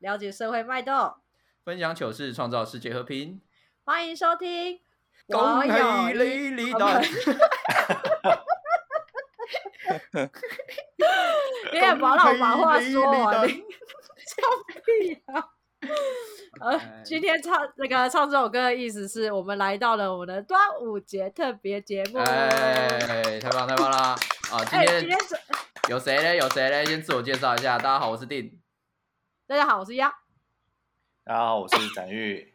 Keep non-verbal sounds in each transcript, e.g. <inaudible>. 了解社会脉动。分享糗事，创造世界和平。欢迎收听。恭我喜有一你你的，你也把老把话说恭完，喜你笑屁啊！ <laughs> 呃，今天唱那个唱这首歌的意思是我们来到了我们的端午节特别节目。哎，哎，太棒太棒啦！啊，今今天天是有谁嘞？有谁嘞？先自我介绍一下。大家好，我 <laughs> 是定。大家好，我是鸭。大家好，我是展 <laughs> 玉。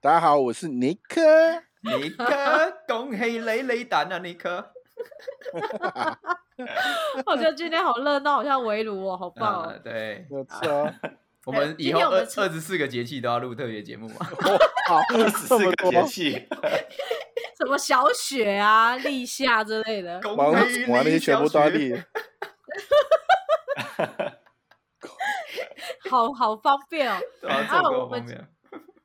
大家好，我是尼克。尼克，恭喜你你蛋啊，尼克。我觉得今天好热闹，好像围炉哦，好棒啊哦，！对，没有错， <laughs> 我们哎以今后天我二们是二十四个节气都要录特别节目 <laughs> 嘛。好，二十这四么个多节 <laughs> 气，什么小雪啊、立夏之类的。把我恭们喜玩那些你全小部都要雪立。好好方便哦。对啊，啊这首歌我好方们便。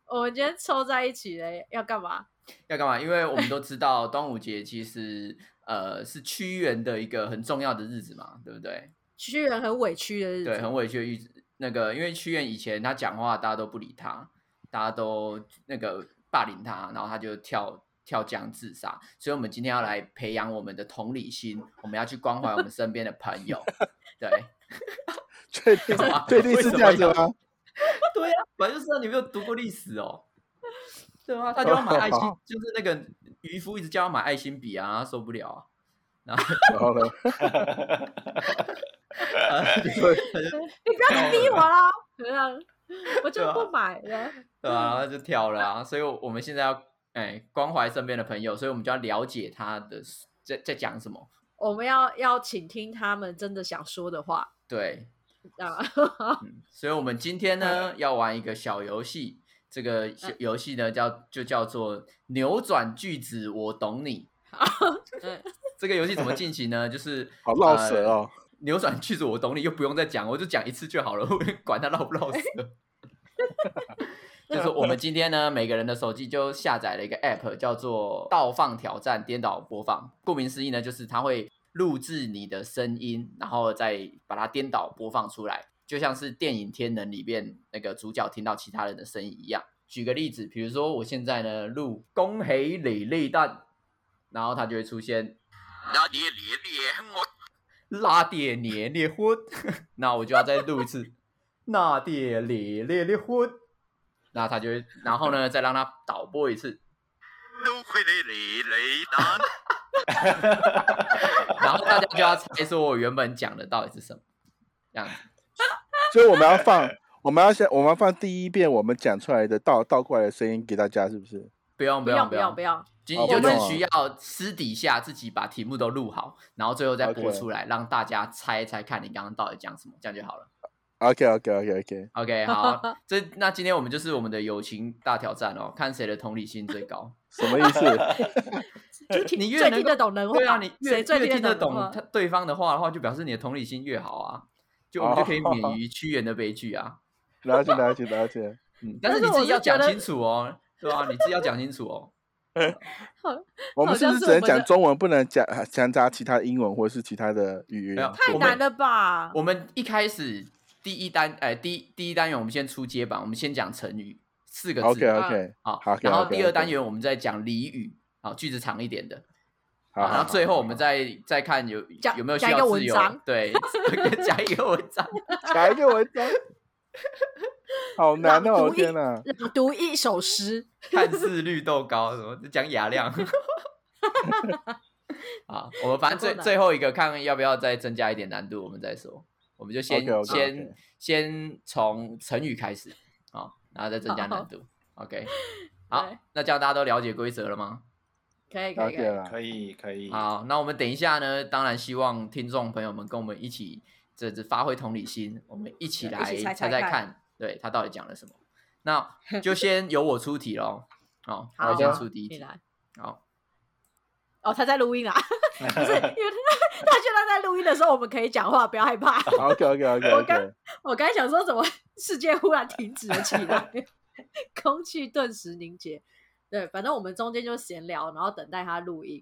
我们今天凑在一起嘞，要干嘛？要干嘛？因为我们都知道端午节其实呃是屈原的一个很重要的日子嘛，对不对？屈原很委屈的日对，子，很委屈的日子。那个因为屈原以前他讲话大家都不理他，大家都那个霸凌他，然后他就跳跳江自杀。所以我们今天要来培养我们的同理心，我们要去关怀我们身边的朋友。对，确定干嘛？确定是这样 <laughs> 子为什么吗？ <laughs> 对啊，本来就是啊，你没有读过历史哦。对啊，他就要买爱心，就是那个渔夫一直叫他买爱心笔啊，他受不了啊。 <laughs> 好了，啊对，你不要再逼我 <laughs> 啦，怎样？我就对啊不买了。对啊，然后就跳了啊。所以我们现在要哎关怀身边的朋友，所以我们就要了解他的在在讲什么。我们要要倾听他们真的想说的话对，啊。嗯所以我们今天呢要玩一个小游戏，这个小游戏呢叫就叫做扭转句子，我懂你。嗯， <laughs> 这个游戏怎么进行呢？就是好绕舌哦。扭转句子，我懂你，又不用再讲，我就讲一次就好了， <laughs> 我管他绕不绕舌。就是我们今天呢，每个人的手机就下载了一个 app，叫做“倒放挑战颠倒播放”。顾名思义呢，就是它会录制你的声音，然后再把它颠倒播放出来，就像是电影《天能》里面那个主角听到其他人的声音一样。举个例子，比如说我现在呢录“恭喜你立蛋”，然后它就会出现那你连连我拉点咧咧婚， <laughs> 那我就要再录一次，那点咧咧咧婚，那他就会，然后呢，再让他导播一次，都会来雷雷达， <laughs> 然后大家就要猜说我原本讲的到底是什么，这样子，所以我们要放，我们要先，我们要放第一遍我们讲出来的倒倒过来的声音给大家，是不是？不用不用用不用不不用，用，仅哦仅就不是用啊需要私底下自己把题目都录好，然后最后再播 OK 出来，让大家猜一猜看你刚刚到底讲什么，这样就好了。 OK OK OK <laughs> OK，OK，好，这那今天我们就是我们的友情大挑战哦，看谁的同理心最 <laughs> 高。什么意 <laughs> 思？就听你越最能听够得懂人话，对啊，你越谁最越听得得懂人话他对方的话的话，就表示你的同理心越好啊，就我们就可以哦免于屈原的悲剧啊。了解了解了解。 <laughs> 嗯，但但是你是自我己是要觉讲得清楚哦，对啊，你自己要讲清楚哦。我好们是像不是是只我们能讲的中文，不能讲夹杂其他英文或是其他的语没有言？太我们难了吧？我们一开始第一单，呃，第第一单元我们先出街版，我们先讲成语四个字 OK OK，啊好，好，OK，然后 OK，第二 OK 单元我们再讲俚语，好，句子长一点的。好，然好后最好后我们再再看有讲有没有需讲一要个自文由章，对， <laughs> 讲一个文章，来一个文章，好难朗哦！读一天哪，朗读一首诗，看似绿豆糕什么，讲雅量。好，我们有反正最够难最后一个看要不要再增加一点难度，我们再说，我们就先 OK，OK，OK 先先从成语开始，好，然后再增加好难度。OK，好 <laughs> 对，那这样大家都了解规则了吗？可以可了以解可以。了。可以可以。好，那我们等一下呢，当然希望听众朋友们跟我们一起，这这发挥同理心，我们一起对来一起猜猜猜猜看看，对他到底讲了什么。那 <laughs> 就先由我出题喽。好，好我先啊出第一你题。来好，哦，他在录音啊， <laughs> 不是因为他他觉得在录音的时候我们可以讲话，不要害怕。 OK OK OK 我刚 OK，我刚才想说，怎么 <laughs> 世界忽然停止了起来， <laughs> 空气顿时凝结。对，反正我们中间就闲聊，然后等待他录音。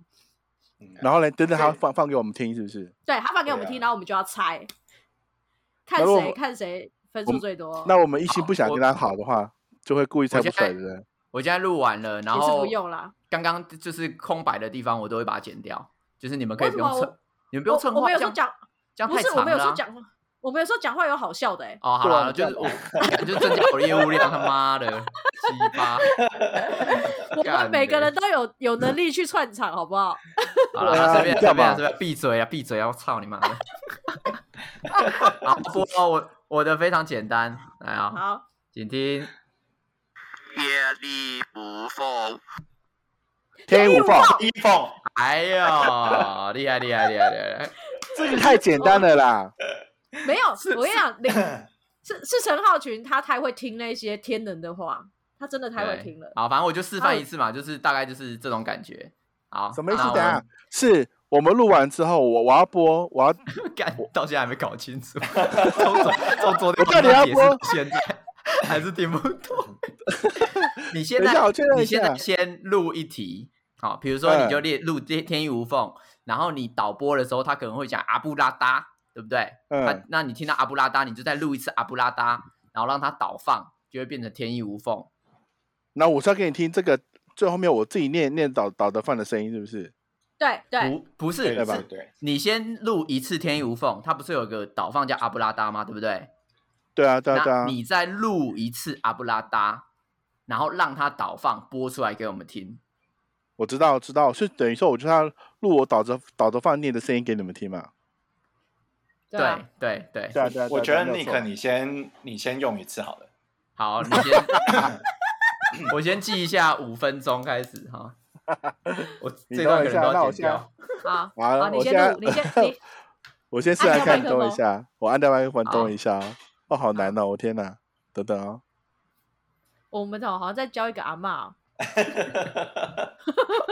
嗯然后呢，等等他放放给我们听，是不是？对他放给我们对啊听，然后我们就要猜，看那如果谁我看谁分我数们最多，那我们一心不想我跟他好的话，就会故意猜我不现出来在的人。我现在录完了，然也是后不用啦。刚刚就是空白的地方，我都会把它剪掉，就是你们可以为不什么用蹭我，你们不我用蹭我话，们有时这候样讲，这样不太是长我们有时了候啊。讲，我们有时候讲话有好笑 <laughs> 的哎、哦，好对啊了，这就样是我感觉增加我的业务量，他妈的，<laughs> 鸡巴！我干们每个嘞人都有有能力去串场，好不好？好对啊了，随便你随干便嘛随便，闭嘴啊，闭嘴啊！我操你妈的！ <laughs> 好，不过我我的非常简单，来啊，好，请听夜里不放，天衣无缝，一凤，哎呦，厉害厉害厉害厉害！这个太简单了啦。没 <laughs> 有，我跟你讲，你是是陈浩群，他太会听那些天人的话，他真的 <laughs> 太会对听了。好，反正我就示他范有一次嘛，就是大概就是这种感觉。好，啊什么意思那？我等一下们？是我们录完之后，我我要播，我要 <laughs> 干，到现在还没搞清楚， <laughs> 从昨从昨天我到底要解释播到现在还是听不懂。 <laughs> 你现等一在下我确认你一现在下先录一题，好，比如说你就嗯列录天天衣无缝，然后你导播的时候，他可能会讲阿布拉达，对不对？嗯他那你听到阿布拉达，你就再录一次阿布拉达，然后让它导放，就会变成天衣无缝。那我是要给你听这个最后面我自己念念导导的饭的声音，是不是？对对，不不是对吧对对，你先录一次天衣无缝，它不是有个导放叫阿布拉达吗？对不对？对啊，对啊，对那啊。你再录一次阿布拉达，然后让它导放播出来给我们听。我知道，知道，是等于说我就要录我导着导着饭念的声音给你们听嘛。对啊对对对啊，对啊。我觉得你 Nick，你先你先用一次好了。 <laughs> 好，你先，我先记一下，五分钟开始 <laughs> 哈。我你这段可等我能一下都那要我剪现在掉。好，好好，了，你我现先在录，你 <laughs> 先你我先试按掉来看，麦你克等我一风下，我按掉麦克风，好等我一下哦。哦，好难哦，我天哪！等等哦，我们好像在教一个阿嬷哦。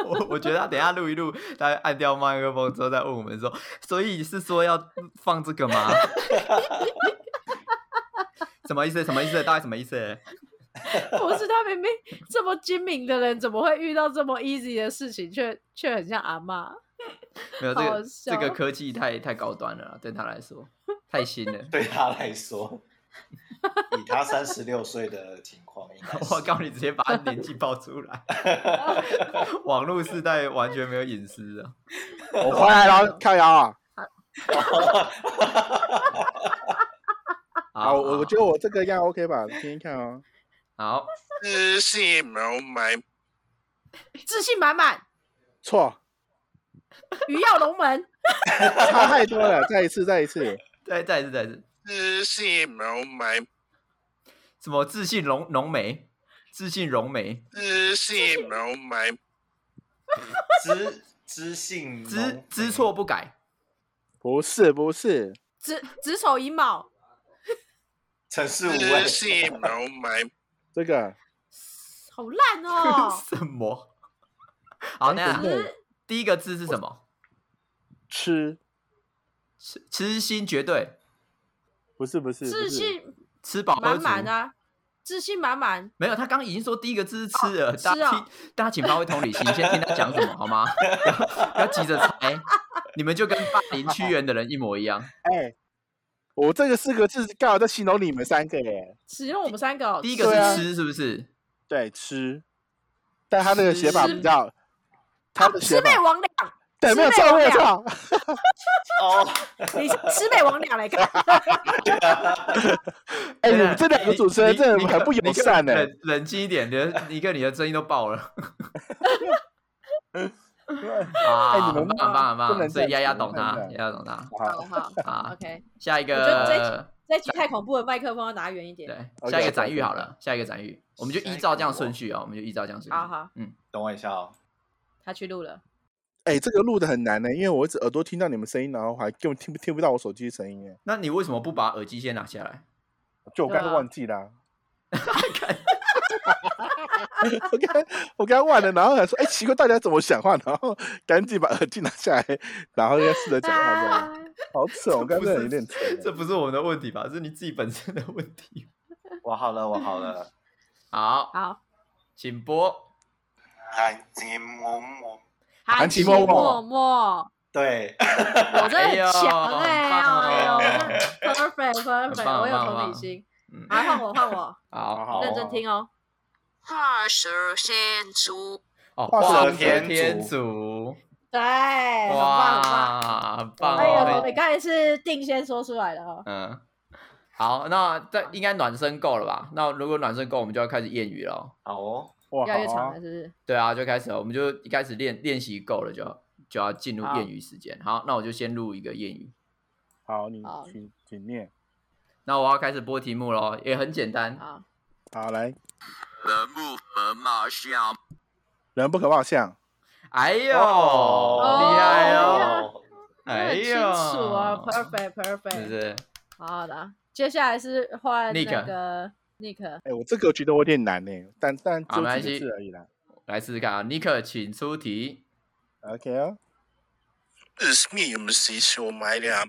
我我觉得他等一下录一录，他按掉麦克风之后再问我们说，所以是说要放这个吗？ <laughs> 什么意思？什么意思？大概什么意思？不是他明明这么精明的人，怎么会遇到这么 easy 的事情，却却很像阿嬷？没有这好个笑这个科技太太高端了啦，对他来说太新了。对他来说，以他三十六岁的情况，应该 <laughs> 是我告诉你，直接把他年纪爆 <laughs> 出来，网络时代完全没有隐私啊！哦我回来了，跳摇啊！啊，好，我我觉得我这个应该 OK 吧，听听看哦。好，自信满满，自信满满，错，鱼跃龙门，差太多了，再一次，再一次。再再一次，再一次，自信满满，什么自信浓浓眉，自信浓眉，自信满满，知知性知知错不改，不是，不是，子子丑寅卯，城市无畏自，信满满，这个好烂哦！ <laughs> 什么？好，那真的第一个字是什么？吃，痴痴心绝对，不是，不 <laughs> 是，不自是信吃饱喝满足。满啊，自信满满。没有，他刚刚已经说第一个字是吃了，大吃哦家听，大家请发挥同理心，先听他讲什么好吗？不要急着猜，你们就跟霸凌屈原的人一模一样。哎，我这个四个字刚好在形容你们三个耶。只用我们三个哦，第一吃对个啊是吃，是不是？对，吃，但他这个写法吃啊比较，他的写魑魅法魍魉，对，魑没有魅错，魍没有魉错，哦，你是魑魅魍魉来看，哎，等你们等这两个啊你主持人你真你的很可不你友可善 <laughs> 欸呢。冷冷静一点，你的你跟你的争议都爆了啊！哎你们很棒很棒很不能棒，所以这丫样丫子懂不能他这，样丫丫懂他好好啊。 ，OK。下一我觉得这一个这一集太恐怖了，麦克风要拿远一点。对， OK，下一个 OK，展玉 OK 好了，下一个展玉，我们就下一依照个这样我顺序哦，我们就依照这样顺序。好好，嗯，等我一下哦，他去录了，哎，这个录的很难呢，因为我一直耳朵听到你们声音，然后还根本听不听不到我手机的声音耶，欸那你为什么不把耳机先拿下来？就我刚对才啊忘记 <laughs> 啦。我刚我刚忘了，然后想说，哎，奇怪，大家怎么讲话？然后赶紧把耳机拿下来，然后要试着讲话这样。好扯，哦我刚不才是有点扯。这不是我们的问题吧？是你自己本身的问题。我好了，我好 <laughs> 了，好，好，请播。安静默默，含情脉脉脉脉，对，我真的哦哎呦很强哎，很棒哎呦哦我真的，perfect 很棒 <laughs> perfect，我有很棒同很理心。嗯，好，换我，换我， <laughs> 好好认真听哦。画蛇添足，哦，画画蛇天添足，对，哎很棒，很棒。哇，很棒哎呦，哦你，刚才是定先说出来的哦。嗯，好，那这应该暖身够了吧？那如果暖身够，我们就要开始谚语了。 <laughs> 好哦，哇，越来越好长啊了，是不是？对啊，就开始了，我们就一开始练练习够了，就要就要进入好谚语时间。好，那我就先录一个谚语。好，你好请请念，那我要开始播题目喽，也很简单。啊，好来，人不可貌相，人不可貌相，哎呦，哦厉害哦！哦哦，哎很呦，清楚 <laughs> 啊，perfect 是不 perfect，是？好好的啊。接下来是换那 Nick 个哎，我这个我觉得我有点难呢，欸但但好就没关几系个字而已啦。来试试看啊，尼克，请出题。 OK 哦，是你们谁说买俩？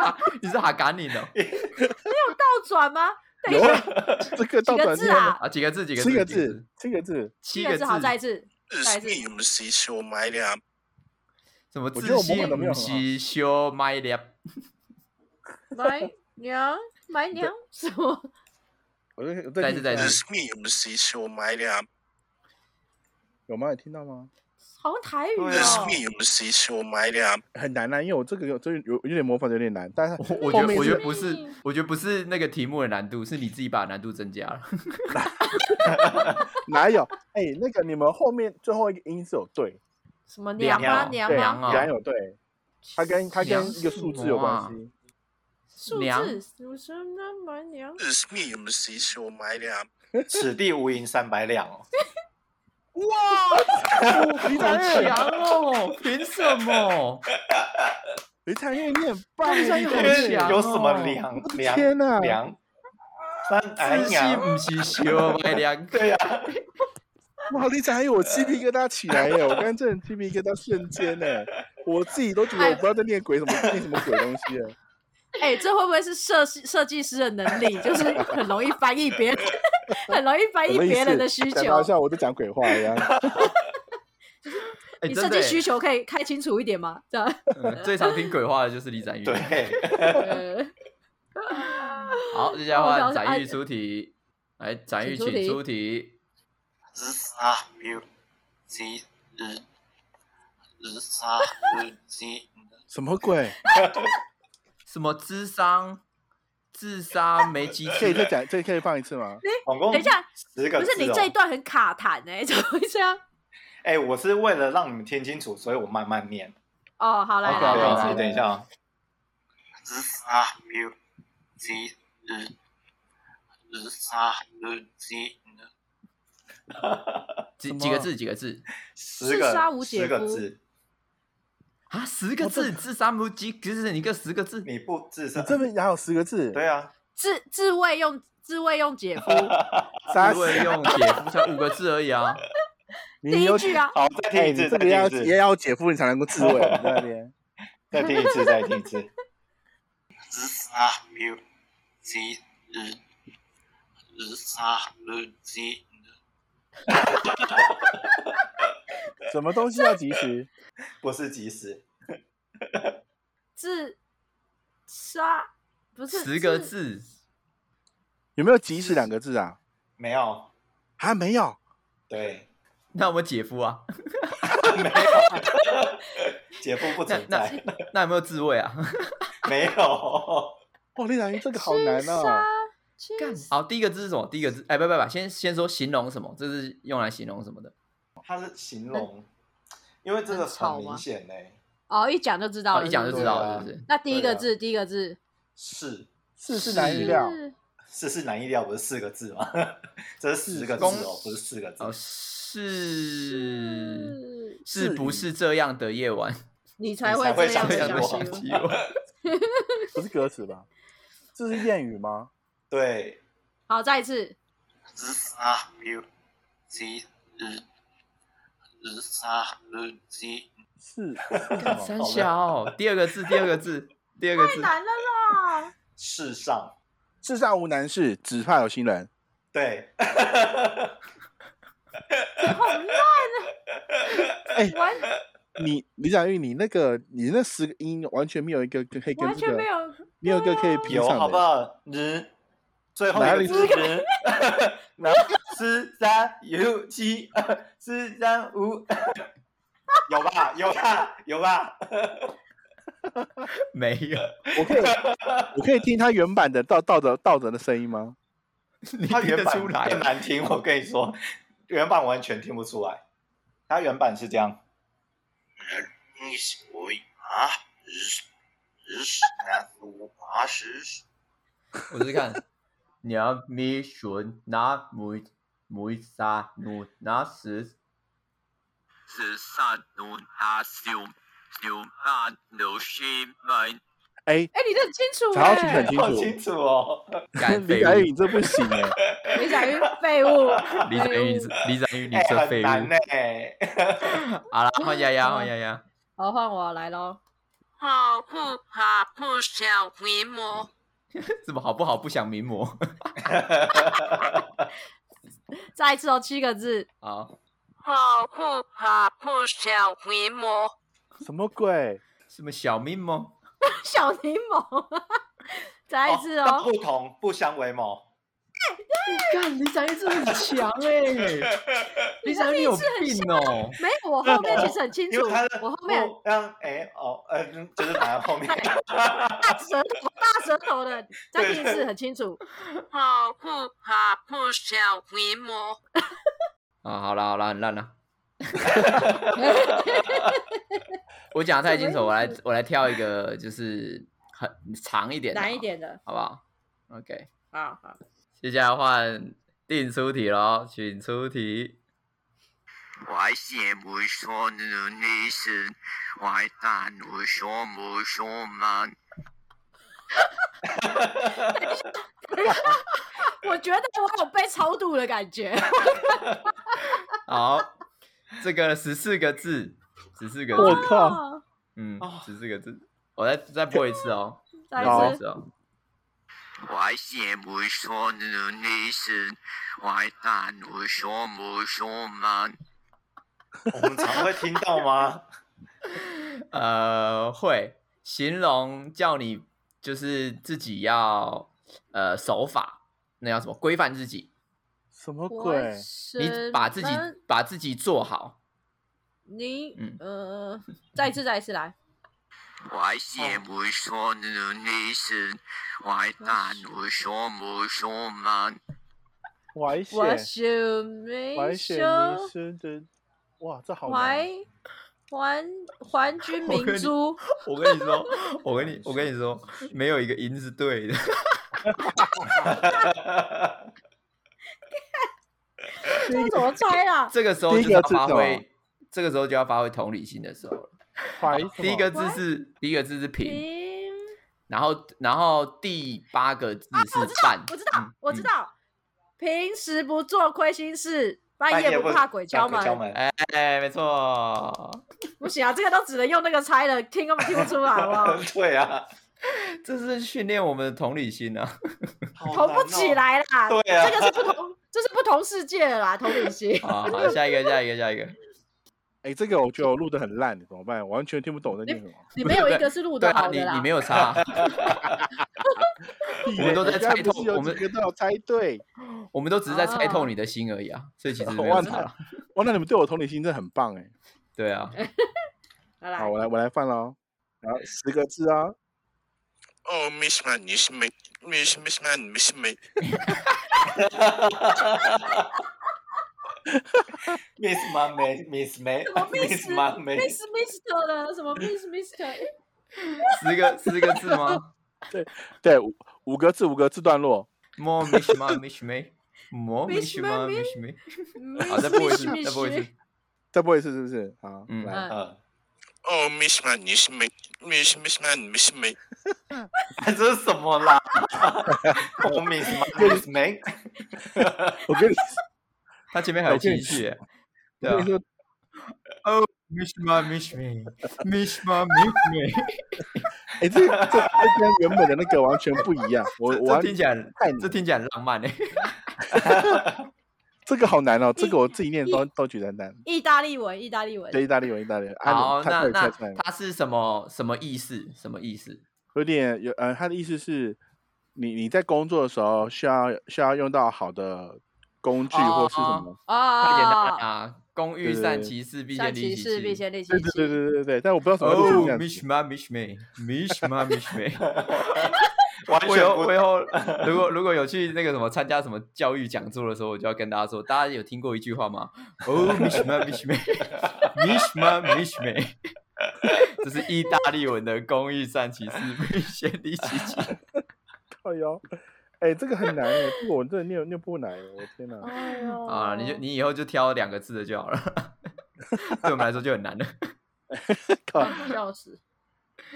啊你是哈嘎哦 <laughs> 你的倒转吗？等一有下，啊，这个几倒转个字念了，啊？啊？几个字？几个字？七几个个字，，七个字，七个个字。好，再一次。是你们谁说买俩？什么我自觉得我信们可能没有不很好是修麦粒？买 <laughs> 娘，买娘，什么？我这我再这一次再一次是你们谁说买俩？有吗？有听到吗？好像台语对啊是哦。你们谁说买俩？很难啊，因为我这个有，这有有点模仿有点难，但是 <laughs> 我我觉后得面我是觉得不是，我觉得不是那个题目的难度，是你自己把难度增加了。哪有？哎、那个你们后面最后一个音是有对，什么娘吗？对，娘娘吗？啊然有对，它跟它跟娘一个数字有关系。数娘字，我说那买娘。是你们谁说买俩？此地无银三百两 <laughs> 哦，李好长强燕，哦！ <laughs> 凭什么？ <laughs> 李 <laughs> 长燕，你很棒李长燕哎，好强哦有什么两两天哪两三哎自信呀，不是修麦粒？对呀，哇，李长燕，我鸡皮疙瘩起来耶！我刚刚真的鸡皮疙瘩瞬间呢，我自己都觉得我不知道在念鬼什么念什么鬼东西了。哎，这会不会是设计设计师的能力？就是 <laughs> 很容易翻译别人， <laughs> 很容易翻什译么意别思人的需？讲求得。好像我在讲鬼话一样。哎你设真的计耶需求可以开清楚一点吗？ <laughs> 这样。嗯最常听鬼话的就是李展玉。对， <laughs> 呃好，接下来哦我换想说展玉哎出题。来，展玉请出请题出题。日啥日几日日啥日几 <laughs> 什么鬼？什么智商？自杀没机可以制再？讲，这可以放一次吗？总共等一下，十个不字哦。是你这一段很卡痰哎，怎么会这样？哎，我是为了让你们听清楚，所以我慢慢念。哦，好来 OK，来好来好来好等一下啊，日啥日几日日啥日几几什么几个字？几个字？十自杀无个解十个夫字，啊，十个字，自杀没机制，你个十个字。你不自你杀？这边还有十个字，对啊，自自慰用自慰用姐夫，杀自慰死用姐夫才五个字而已啊！ <laughs> 你第有一句啊，好，再听哎，一你次，这再个听要一也次，要解夫，你才能够 <laughs> 自卫。你在那边，再听一次，再听一次。日啥日几日日啥日几什么东西要及时？不是及时，自杀不是十个自字，有没有及时两个字啊？没有，啊，没有。对，那我们姐夫啊，姐夫不那存那在， <laughs> 那有没有自慰啊？ <laughs> 没有， <laughs> 哇，丽兰这个好难自杀哦。。自干，好，第一个字是什么？第一个字，哎，不不不，先先说形容什么，这是用来形容什么的？它是形容，因为这个很吵很明吗显呢，哦，一讲就知道好，了，一讲就知是道不是。了，是不是？那第一对啊个字，第一个字是世是事难预料，是是是难意料，不是四个字吗？ <laughs> 这是十个字公哦，不是四个字哦，。是是是不是这样的夜晚？ <laughs> 你才你会才会这想样这起子想样的哦我起想起我，不是歌词吧？这是谚语吗？对，我。好，再一 <laughs> 次，日啥日几日日啥日几是是什么？三小，第二个字，第二个字，第二个字，了啦！世上，世上无难事，只怕有心人。对，好烂啊！哎完你李佳玉，你那个你那十个音完全没有一个跟可以跟完这全个没有，哎没有一个可以比有上好不的。好？日最后哪一里个字日，然后 <laughs> 四三六七二四三五，有吧？有吧？有吧？没有，<laughs> 我可以我可以听他原版的倒倒着倒着的声音吗？你他听原得版出来啊很吗？难听，我跟你说，原版完全听不出来。他原版是这样，你是我啊，日日南路八十，我试试看，娘咪熊那梅梅沙努那什是萨努阿修修阿努西门哎，哎，你这很清 <laughs> 楚查到清哎楚很，清好楚清。楚哦。 <laughs> 干李废佳玉，物你，这不行哎、李小玉废物， <laughs> 李展 <laughs> 玉，李展玉，你哎这很废物。难呢、好了，换丫 <laughs> 丫，换丫丫。好，换我来喽。好不好不想回眸，怎么好不好？不想名模。 <laughs> 再一次哦，七个字，好，好不好不想回眸，什 <laughs> 么鬼？什么小名模？小柠檬。 <laughs> 再一次哦但哦，不同不相为谋。干，李展玉真的很强哎、 <laughs> 李展玉有病哦、没有，我后面其实很清因楚为他的，我后面让哎哦呃，嗯就是打在后面，大舌头、大舌头的，再听一次很清楚。好不好不想回眸。啊， <laughs> 好了好了，很 <laughs> 烂了。我讲得太清楚，我来我来挑一个，就是很长一点，难一，点的，好不好？OK，好好。接下来换定出题喽，请出题。外邪不说努尼是外大努说不说门我觉得我有被超度的感觉。好，这个十四个字，十四个我字，靠！嗯哦，十四个字。我再再播一次哦， <laughs> 再播一一次，次哦。外邪不说努尼是外大努说不说门我们常会听到吗？呃，会形容叫你就是自己要呃守法，那叫什么规范自己，什么我鬼？你把自己什么把自己做好。你嗯呃，再一次，再一次来。外邪不说努尼是外大努说不说门危险！我是没危险！修迷，失的，哇，这好难还。还还君我跟明你珠，我跟你说， <laughs> 我跟你我跟你说，没有一个音是对的。这怎么猜啊 <laughs> 啦？这个时候第就是一个要字发是什么哎挥，这个时候就要发挥同理心的时候了。怀第一个字喂是第一个字是平，停，然后然后第八个字啊我是知半道，，我知道嗯，我知。嗯道。平时不做亏心事，半半夜夜不不怕鬼敲门，敲门。啊 <laughs> 哎门哎，没错。不行啊，这个都只能用那个猜了，听根本听不出来，好 <laughs> 不哦好？ <laughs> 对啊， <laughs> 这是训练我们的同理心啊！ <laughs> 好同不起难来哦。啦。对啊这个是不同，这是不同世界的啦，同理心。好，好，下一个，下一个，下一个。哎、这个我觉得我录的很烂，怎么办？完全听不懂我在念什 <laughs> 么。你没有一个是录对的啊，好的你啦。你没 <laughs> 有差，我们都在人家猜不透是有我们几个都有猜对。我们都只是在猜透你的心而已啊，所以 <laughs> 其实没有哇差。哇，那你们对我同理心真的很棒哎。对啊，好好，啦，我来我来放喽。然后十个字啊，哦，Miss Man，你是美，Miss Miss Man，Miss Man， Miss May，Miss 什 <laughs> 么 May，Miss miss May， miss mister 呢？什么 miss mister？十个十个字吗？ <laughs> 对，五五个字，五个字段落。莫米什么米什么莫米什 Miss me，么米什么？ <laughs> 好， miss 再播一 miss 次，再播一 miss 次。再播一次，是不是？好，嗯来，嗯嗯，哦，Miss Oh, Man，你是美，Miss Miss Man，Miss Man，这是什么啦？ <laughs> 我 Miss Man，Miss May，我跟你他前面还有情绪耶，对我啊跟你。说，哦，米什么米什么米什么米什么？哎、这个这这跟原本的那个完全不一样。我这我这完听起来很欸太难这听起来很浪漫诶。这个好难哦，这个我自己念都一都觉得难。意大利文，意大利文，对，意大利文，意大利文，啊，好，你看那快点那猜出来了，它是什么什么意思？什么意思？有点有呃，他的意思是，你你在工作的时候需要需要用到好的工具或是哦什么？太简单哦了，啊！公对寓对善对其事，必三先利骑士必其器。先利其对对对器，对对对，但我不知道什么会变成这哦样子。 ，Mishma Mishme，Mishma <laughs> Mishme。 <laughs> 完我以全后不我 <laughs> 以后如果如果有去那个什么参加什么教育讲座的时候，我就要跟大家说，大家有听过一句话吗？哦，Mishma <laughs> Mishme，Mishma Mishme，这是意大利文的公寓善其事，必先利 <laughs> 其器。哎呦，哎，这个很难哎，这个我真的念念不来哎，我 <laughs> 天哪！哎呦啊，你就你以后就挑两个字的就好了， <laughs> 对我们来说就很难了。靠，笑死，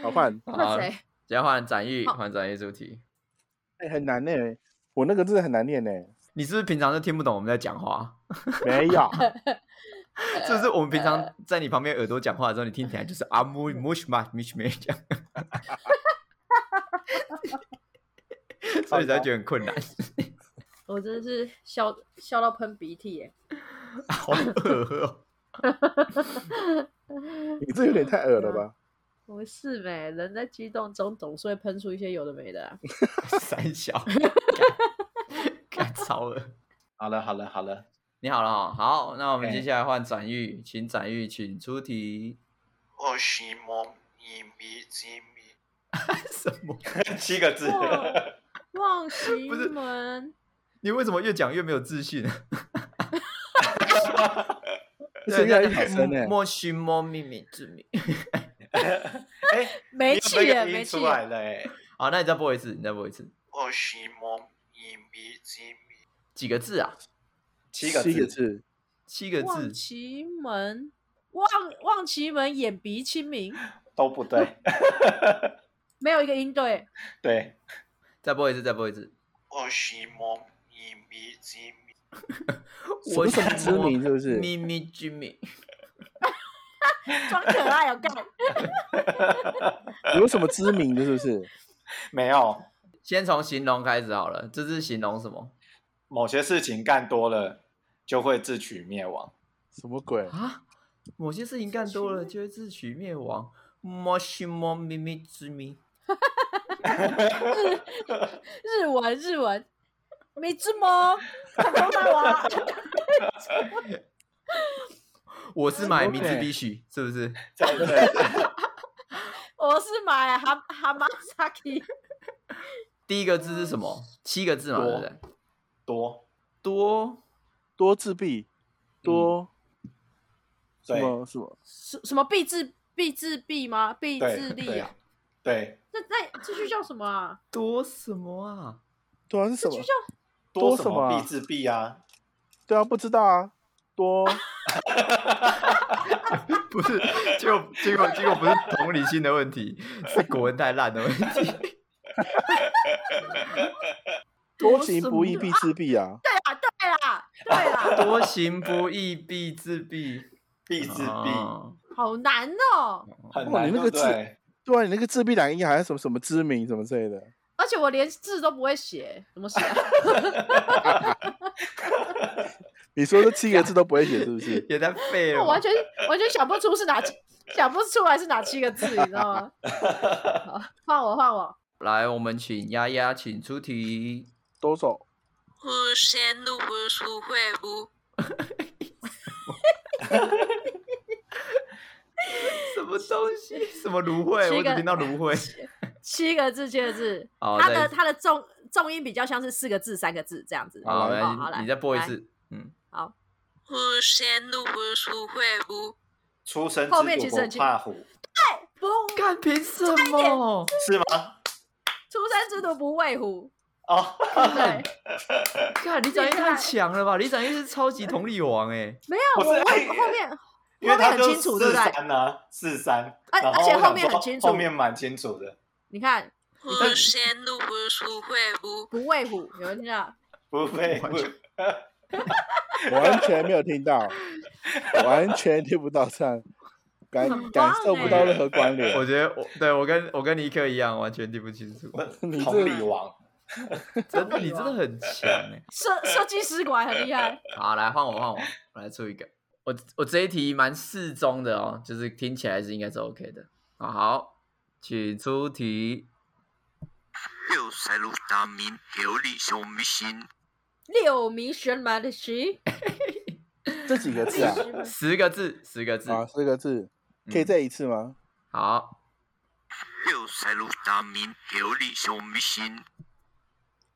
好换， <laughs> 那谁？接下来换展玉，换展玉出题。哎，很难呢，我那个真的很难念呢。欸你是不是平常就听不懂我们在讲话？没有， <laughs> 是不是我们平呃常在你旁边耳朵讲话的时候，你听起来就是啊 <laughs> 木木什么米什么这样，所以才觉得很困难。我真是笑笑到喷鼻涕耶！好恶哦！你这有点太恶了吧？不是呗，人在激动中总是会喷出一些有的没的啊、三小，干超恶。好了好了好了，你好了哦，好，那我们哎接下来换展玉，请展玉请出题。我希望你米吉米什么？七个字， <laughs> 哇望西不是门，你为什么越讲越没有自信？啊而且越来越小声欸呢。莫须莫秘密之谜。哎，没气你有耶，那个没音气出耶。来了哎，好，那你再播一次，你再播一次，我希望你米吉米几个字啊？七个七个字，字，七个望字。其门，望望其门，眼鼻清明，都不对，没有一个音对。对，再播一次，再播一次。我希望你米吉米什么什么之谜是不是？秘密之谜。装可爱有干，有什么知名的？是不是？没有，先从形容开始好了，这是形容什么某些事情干多了就会自取灭 <laughs> 亡， <laughs> 什么鬼？啊？某些事情干多了就会自取灭亡。莫须莫秘密之谜。日文日文，没字么？看中大娃，我是买什么名字鬼必须，是不是？这样子，我是买蛤蛤蟆 saki，第一个字是什么？七个字嘛，多对不对？多，多多自闭，多什嗯对么什么？什什么必自必自闭吗？必对自立对啊？对，那那这句叫什么啊？多什么啊？ <laughs> 对啊，是什这么句？叫多多什什么么啊必自闭啊？对啊，不知道啊。多不是，结果结果结果不是同理心的问题，是国文太烂的问题。 <laughs> 多行不义必自毙啊！啊，对啦，对啊啦，多行不义必自毙，必自闭哦好难哦！嗯很啊哇难，你那对个不字对？对啊，你那个自闭两个音好像什么什么知名什么之类的，而且我连字都不会写，怎么写啊？ <laughs> 你说这七个字都不会写，是不 <laughs> 是？也太废了我吧完。全完全想不出是哪七，想不出来是哪七个字，你知道 <laughs> 吗？好换我换我，来，我们请丫丫，请出题。多走，无限路无数会无，什么东西？什么芦荟？七我只个听到芦荟。 <laughs> 七个字，七个字，好它再的一次它的重重音比较像是四个字、三个字这样子。好好，好来，来，你再播一来。次。嗯，无限路无数会无，出生后之面其犊实很不清怕虎，不，干凭什么？是吗？出生之犊不畏虎。 <laughs> 哦，对，干李展英太强了吧！李展英是超级同理王哎。没不有是我哎后后面因为后面他很就清楚，对不四对？三啊，四三，而然而且我后想面很说清后楚面蛮清楚的，你看无限路无数会无，不畏虎，有人听 <laughs> 到？不会 <laughs> 完不全完全没有听到，完全听不到上，感很棒感受不到任何关联我。觉得我对我跟我跟尼克一样，完全听不清楚。你同这理王，真的，你真的很强哎、设设计师果然很厉 <laughs> 害。好，来换我，换我，我来出一个。我我这一题蛮适中的哦，就是听起来是应该是 OK 的。好好，请出题。六塞路大明有理小迷信，六名选满的十，这几个字啊？十个字，十个字。啊，四个字，可以嗯再一次吗？好，六塞路大明有理小迷信，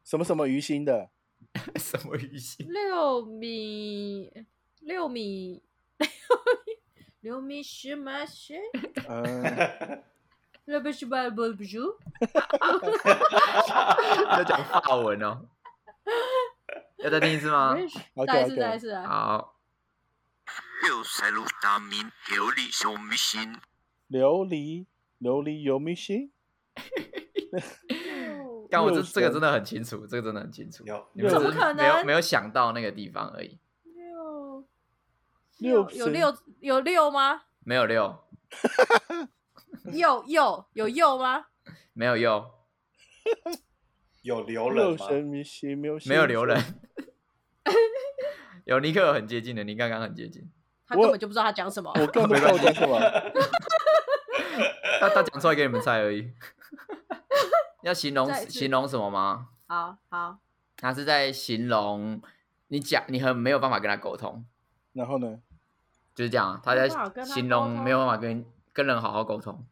什么什么鱼心的？ <laughs> 什么语系？ <laughs> 六米六米六米六米什么是？嗯，六米什么不不？要讲法文哦。 <laughs> 要再听一次啊吗？ OK，OK 再一次，再一次啊！好，六塞路大明有理小迷信，琉璃，琉璃有明星，六但我这六这个神真的很清楚，这个真的很清楚。有你们只怎么是可没有能没有想到那个地方而已，六六有神六有六 <laughs> 吗？没有六，右右有右吗？没有右，有留人六吗？神明星没有没有留人。 <laughs> 有尼克尔很接近的，你刚刚很接近，他我根本就不知道他讲什么。我根本不知道我讲什么。他他讲出来给你们猜 <laughs> 而已。要形容再一次形容什么吗？好好，他是在形容你讲你很没有办法跟他沟通，然后呢？就是这样啊。他没在办法跟他形沟容通啊没有办法跟跟人好好沟通。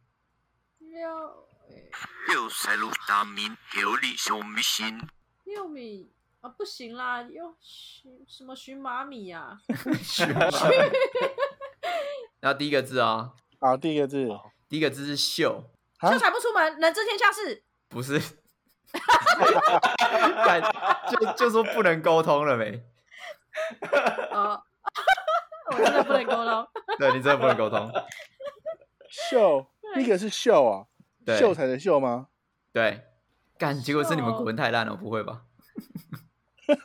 六六塞路大明有理小迷信，六米啊，不行啦，又荨什么荨麻米呀、然后第一个字啊、啊，第一个字第一个字是秀，啊？啊秀才不出门，人知天下事。不是，干就就说不能沟通了没？啊，我真的不能沟通。对你真的不能沟通，秀，第一个是秀啊，对秀才的秀吗？对，干结果是你们秀国文太烂了，不会吧？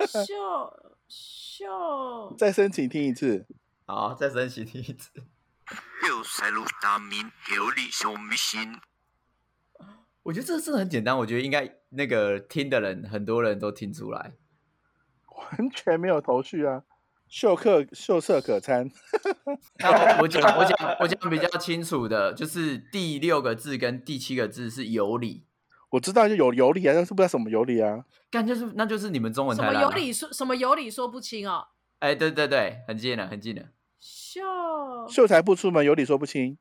秀秀再申请听一次。好，再申请第一次，六塞路大明有理小迷信，我觉得这个真的很简单，我觉得应该那个听的人很多人都听出 <laughs> 来。完全没有头绪啊！秀客秀色可餐，那我我讲我讲我讲比较清楚的，就是第六个字跟第七个字是有理，我知道就有有理啊，但是不知道什么有理啊。干就是那就是你们中文什太么烂了有理说什么有理说不清哦。哎，对对对，很近了，很近了。秀哦秀才不出门，有理说不清。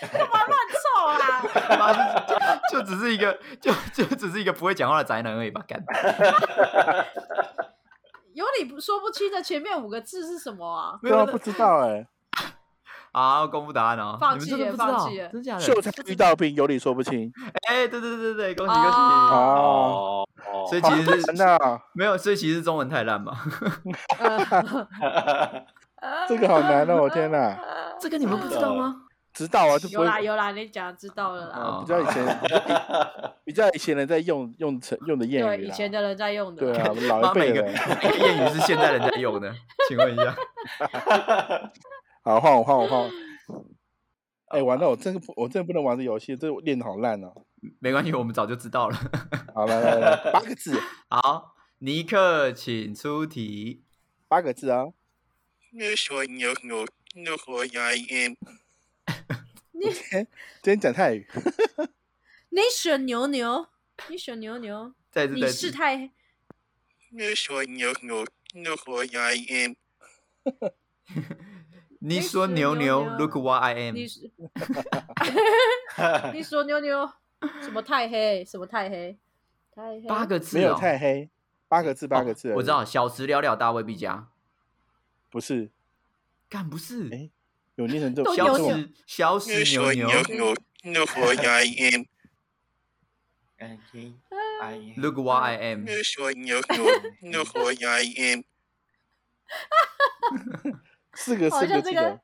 干嘛乱凑啊？妈的 <laughs> 就就只是一个就就只是一个不会讲话的宅男而已吧，干。有理不说不清的前面五个字是什么啊？没对有啊，没有不知道哎、好，公布答案哦。放你们弃真的了不知放道，弃了真假的？秀才遇到兵，有理说不清。哎，对对对对对，恭喜恭喜。哦哦，哦哦，所以好啊其实是难呐，没有，所以其实是中文太烂嘛。呃这个好难哦！我天哪，呃 <laughs> 这个你们不知道吗？知道啊，这不有会啦有啦，你讲知道了啦。啊，比较以 <laughs> 前比较以前人在用用成用的谚对，语以啦前的人在用的。对 <laughs> 啊，我们老妈一辈每的个人。 <laughs> 每个谚语是现代人在用的，请问一下，好，换我换我换我。 <laughs> 哎、完了，我真的不我真的不能玩这游戏，这我练的好烂哦。没关系，我们早就知道了。好，来来来，八个字，好，尼克，请出题。八个字 <laughs> 啊。六小牛牛六合牙烟。嗯 <laughs> 今天讲泰语，你选牛牛，你选牛牛，再一次，你再一是次，太那小牛牛，那和牙烟，你你说是牛牛牛牛，Look what I am。你是你说牛牛什么太黑，什么太黑，太黑八个字没有哦太黑，八个字，八个字、哦我知，道，小时了了，大未必佳。不是干不是哎，有念成这都这小有种时小时那牛小牛牛牛，那和牙烟， <laughs> 哎哎，Look what I am。那小牛牛，那和牙烟，四个好四像这个字个的，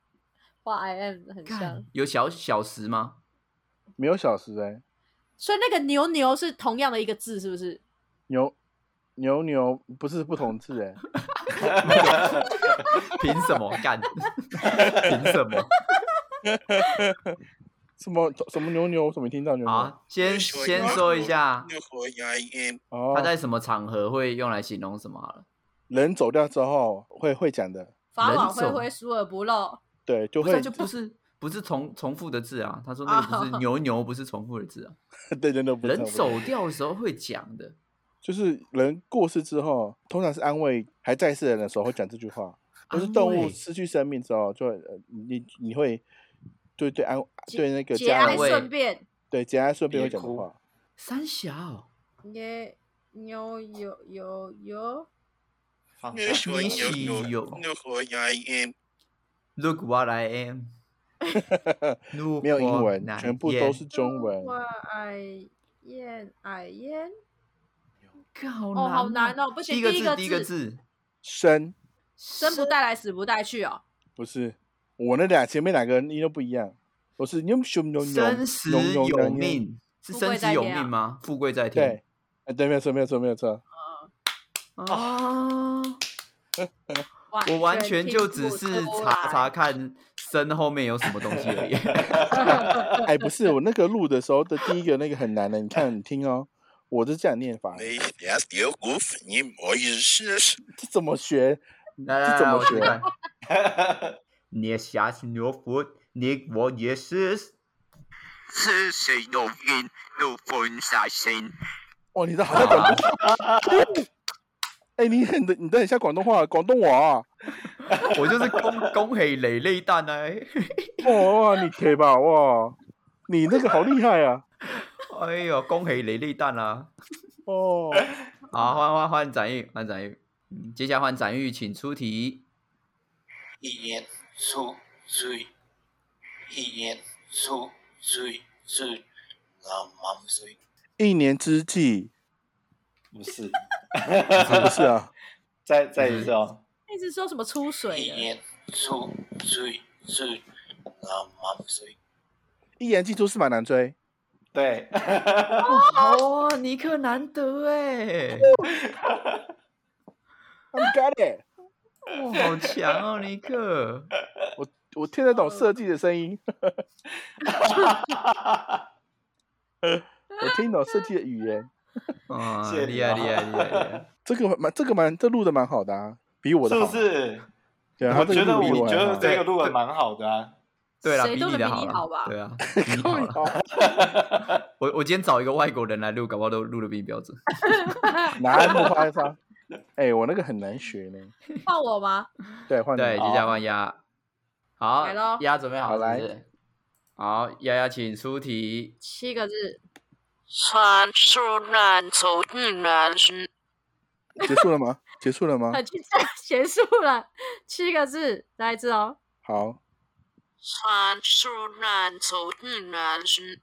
哇 I M 很像干，有小小时吗？ <laughs> 没有小时哎、欸，所以那个牛牛是同样的一个字，是不是？牛牛牛不是不同字哎、 <laughs> 凭什么干？凭什么？什么什么牛牛，我怎么没听到牛牛？好，先说一先下说一下，我呀也哦，它在什么场合会用来形容什么好了？人走掉之后会会讲的，法人网恢手恢，疏而不漏。对，就不会是就不是不是重重复的字啊。他说那个不是哦牛牛，不是重复的字啊。 <laughs> 对人 <laughs> 都不知道人走掉的时候会讲的，就是人过世之后，通常是安慰还在世的人的时候会讲这句话， <laughs> 不是动安物慰失去生命之后，就会呃你你会对对安对那个节家哀人慰顺变，对节哀顺变别会讲的哭话，三小。耶牛有有有，放你下说你有喜有有我呀也 Look what I <laughs> am，没有英 Look 文 what I，全部都 am 是中文。我矮燕矮燕，干好哦，好难哦，不行，第一个个字，第一个字，字，生生不带来，死不带去哦。不是我那俩前面两个音都不一样，我是牛牛牛生死有，命，是富生贵死在有天啊命吗？富贵在天对。，哎，对，没有错，没有错，没有错。啊！我 <laughs> 我完全就只是查查看生后面有什么东西 <laughs> 而已。哎，不是我那个录的时候的第一个那个很难的，你看你听哦，我是这样念法，没想有股反应，我也是这怎么学？来来这怎来，么我举学办。 <laughs> 你侠是牛佛，你我也是。此时有云，怒放杀心。哇，你这好像广东话。 <laughs> 哎，你很的，你这很像广东话，广东话、啊。我就是恭恭喜累累蛋哎，哇，你可以吧？哇，你那个好厉害啊！ <laughs> 哎呦，恭喜累累蛋啊！哦，好，换换换展玉，换展玉。嗯接下来换展玉，请出题。一言出嘴，一言出嘴嘴，那满嘴一年之计，不是，不是啊？再再一次哦，一直说什么出水一的，言出嘴嘴，那满嘴一言既出，驷马难追。对，哦，尼克难得哎， I'm got it，哇，好强哦，尼克。我听得懂设计的声音， <laughs> 我听懂设计的语言。啊，谢谢你厉害啊厉害厉害！厉害 <laughs> 这个蛮，这个蛮，这录的蛮好的啊，比我的是好。不是？对啊，我他这觉个得录我比你还觉得好这个录的蛮好的啊，对啦，谁比都你能的比好你啦好吧 <laughs> 对啊，比你好啦。 <laughs> 好我我今天找一个外国人来录，搞不好都录的比你标准。拿木发一发。哎，我那个很难学呢。换我吗？对，换你对，接好下来换鸭。好来咯，鸭准备好好了是不来是？好，鸭鸭请出题。七个字，算术难，走运难，是结束了吗？结束了吗？很就这样 <laughs> 结束了，七个字，再一次哦。好，算术难，走运难，是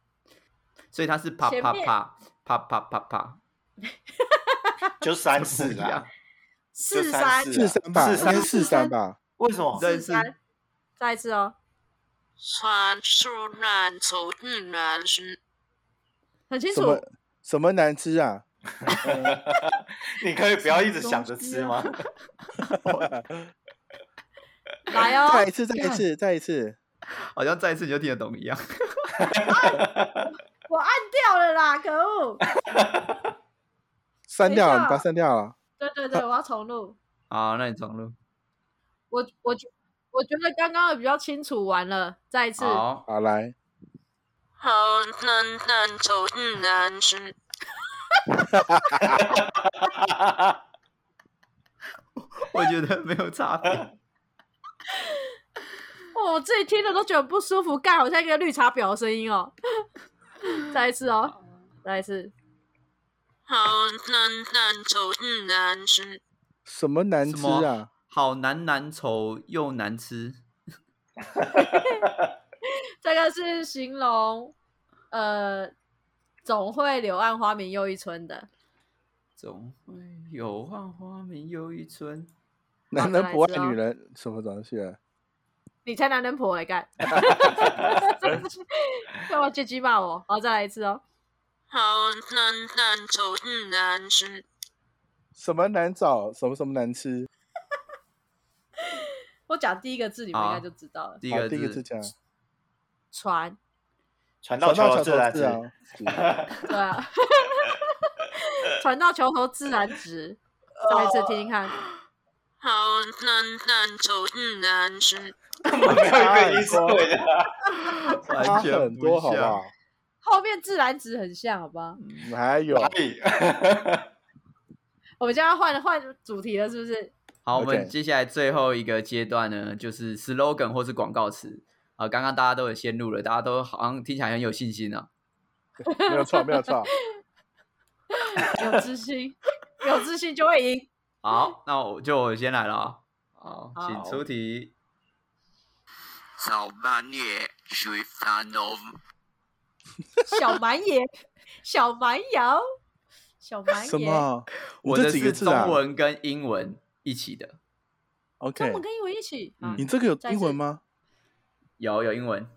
所以它是啪前啪面啪啪啪啪啪，就三四一啊样，就四三四啊四三吧，四应该三是四三吧。为什么？对四三，再一次哦。算术难，走运难，是很清什楚，么什么难吃啊？你可以不要一直想着吃吗？来哦，再一次，再一次，再一次。好像再一次你就听得懂一样。我按掉了啦，可恶！删掉了，等一你下把它删掉了。对对对，我要重录。好，那你重录。我我觉我觉得刚刚的比较清楚，完了，再一次。好，好，来，好难难，走运难，是我觉得没有差别。哦，我自己听着都觉得不舒服，盖好像一个绿茶婊的声音哦。 <laughs> 再一次哦，再一次。好难难，走运难，是什么难吃什啊么？好难难愁又难吃，这个是形容，呃，总会柳暗花明又一村的。总会有万花明又一村。男再人来一不次爱哦女人，什么东西啊？你才男人婆来干，干嘛借机骂我？好，再来一次哦。好难难，走运难，是什么难找？什么什么难吃？我讲第一个字，你们应该好就知道了。第一好，个第一个字字讲船，传到啊传到啊桥桥自然头自直。然直。对啊，传到球头自然 <laughs> 直。再一次听听看，哦好难难走难是根本没有一个音 <laughs> 是对的啊。差很多，好不好？后面自然直很像，好吧？还有哪里我们现在换换主题了，是不是？好，我 OK 们接下来最后一个阶段呢，就是 slogan 或是广告词。啊、刚刚大家都有先入了，大家都好像听起来很有信心啊。没有错，没有错。有自信，有自信就会赢。好，那我就我先来了啊。好，请好出题。早半夜睡烦恼，小蛮野，小蛮摇，小 <laughs> 蛮什野，么？你我这的几个是字啊中文跟英文一起的，中？OK，文跟英文一起。嗯啊你这个有再一英次文吗？有有英文。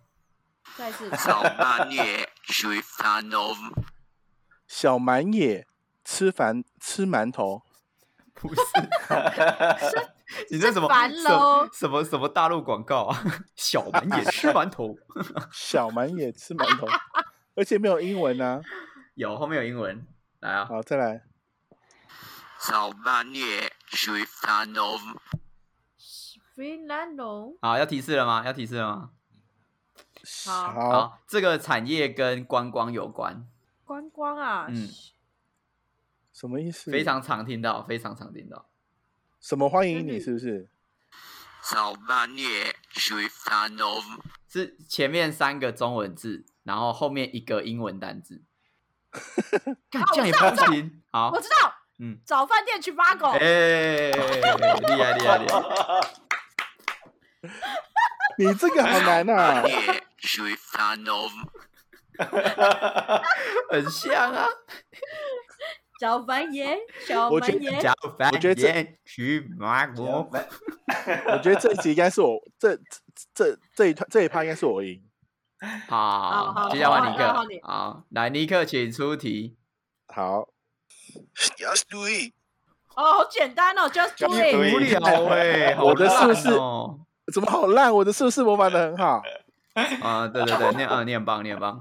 再一次，早半夜睡烦恼，小蛮野吃饭吃馒头， <laughs> 不是， <laughs> 你这什么烦什喽什么什么大陆广告啊？ <laughs> 小蛮也吃馒头，小蛮野吃馒头，而且没有英文啊。有后面有英文，来啊，好，再来，早半夜睡烦恼，菲兰龙，好要提示了吗？要提示了吗？好好，这个产业跟观光有关，观光啊，嗯什么意思？非常常听到，非常常听到。什么欢迎真你的是不是？早半夜睡烦恼，是前面三个中文字，然后后面一个英文单 <laughs> 字。干这样也不行，好我，知道，嗯，找饭店去八狗， <laughs> 哎，厉害厉害厉害！你这个好难 <laughs> 啊半！夜睡烦恼，很像啊。小蛮野，小我觉蛮野，小白我觉得这眼去麻国，我觉得这一集应该是我这这这这一段这一趴应该是我赢。好，好接下来换尼好好好你克，好，来尼克，请出题。好， Just do it. 哦，好简单哦，just do Just do it， it 无聊哎，我的好烂是不是哦怎么好烂？我的是不是模仿的很好？啊，对对对，念啊，你很棒，你很棒。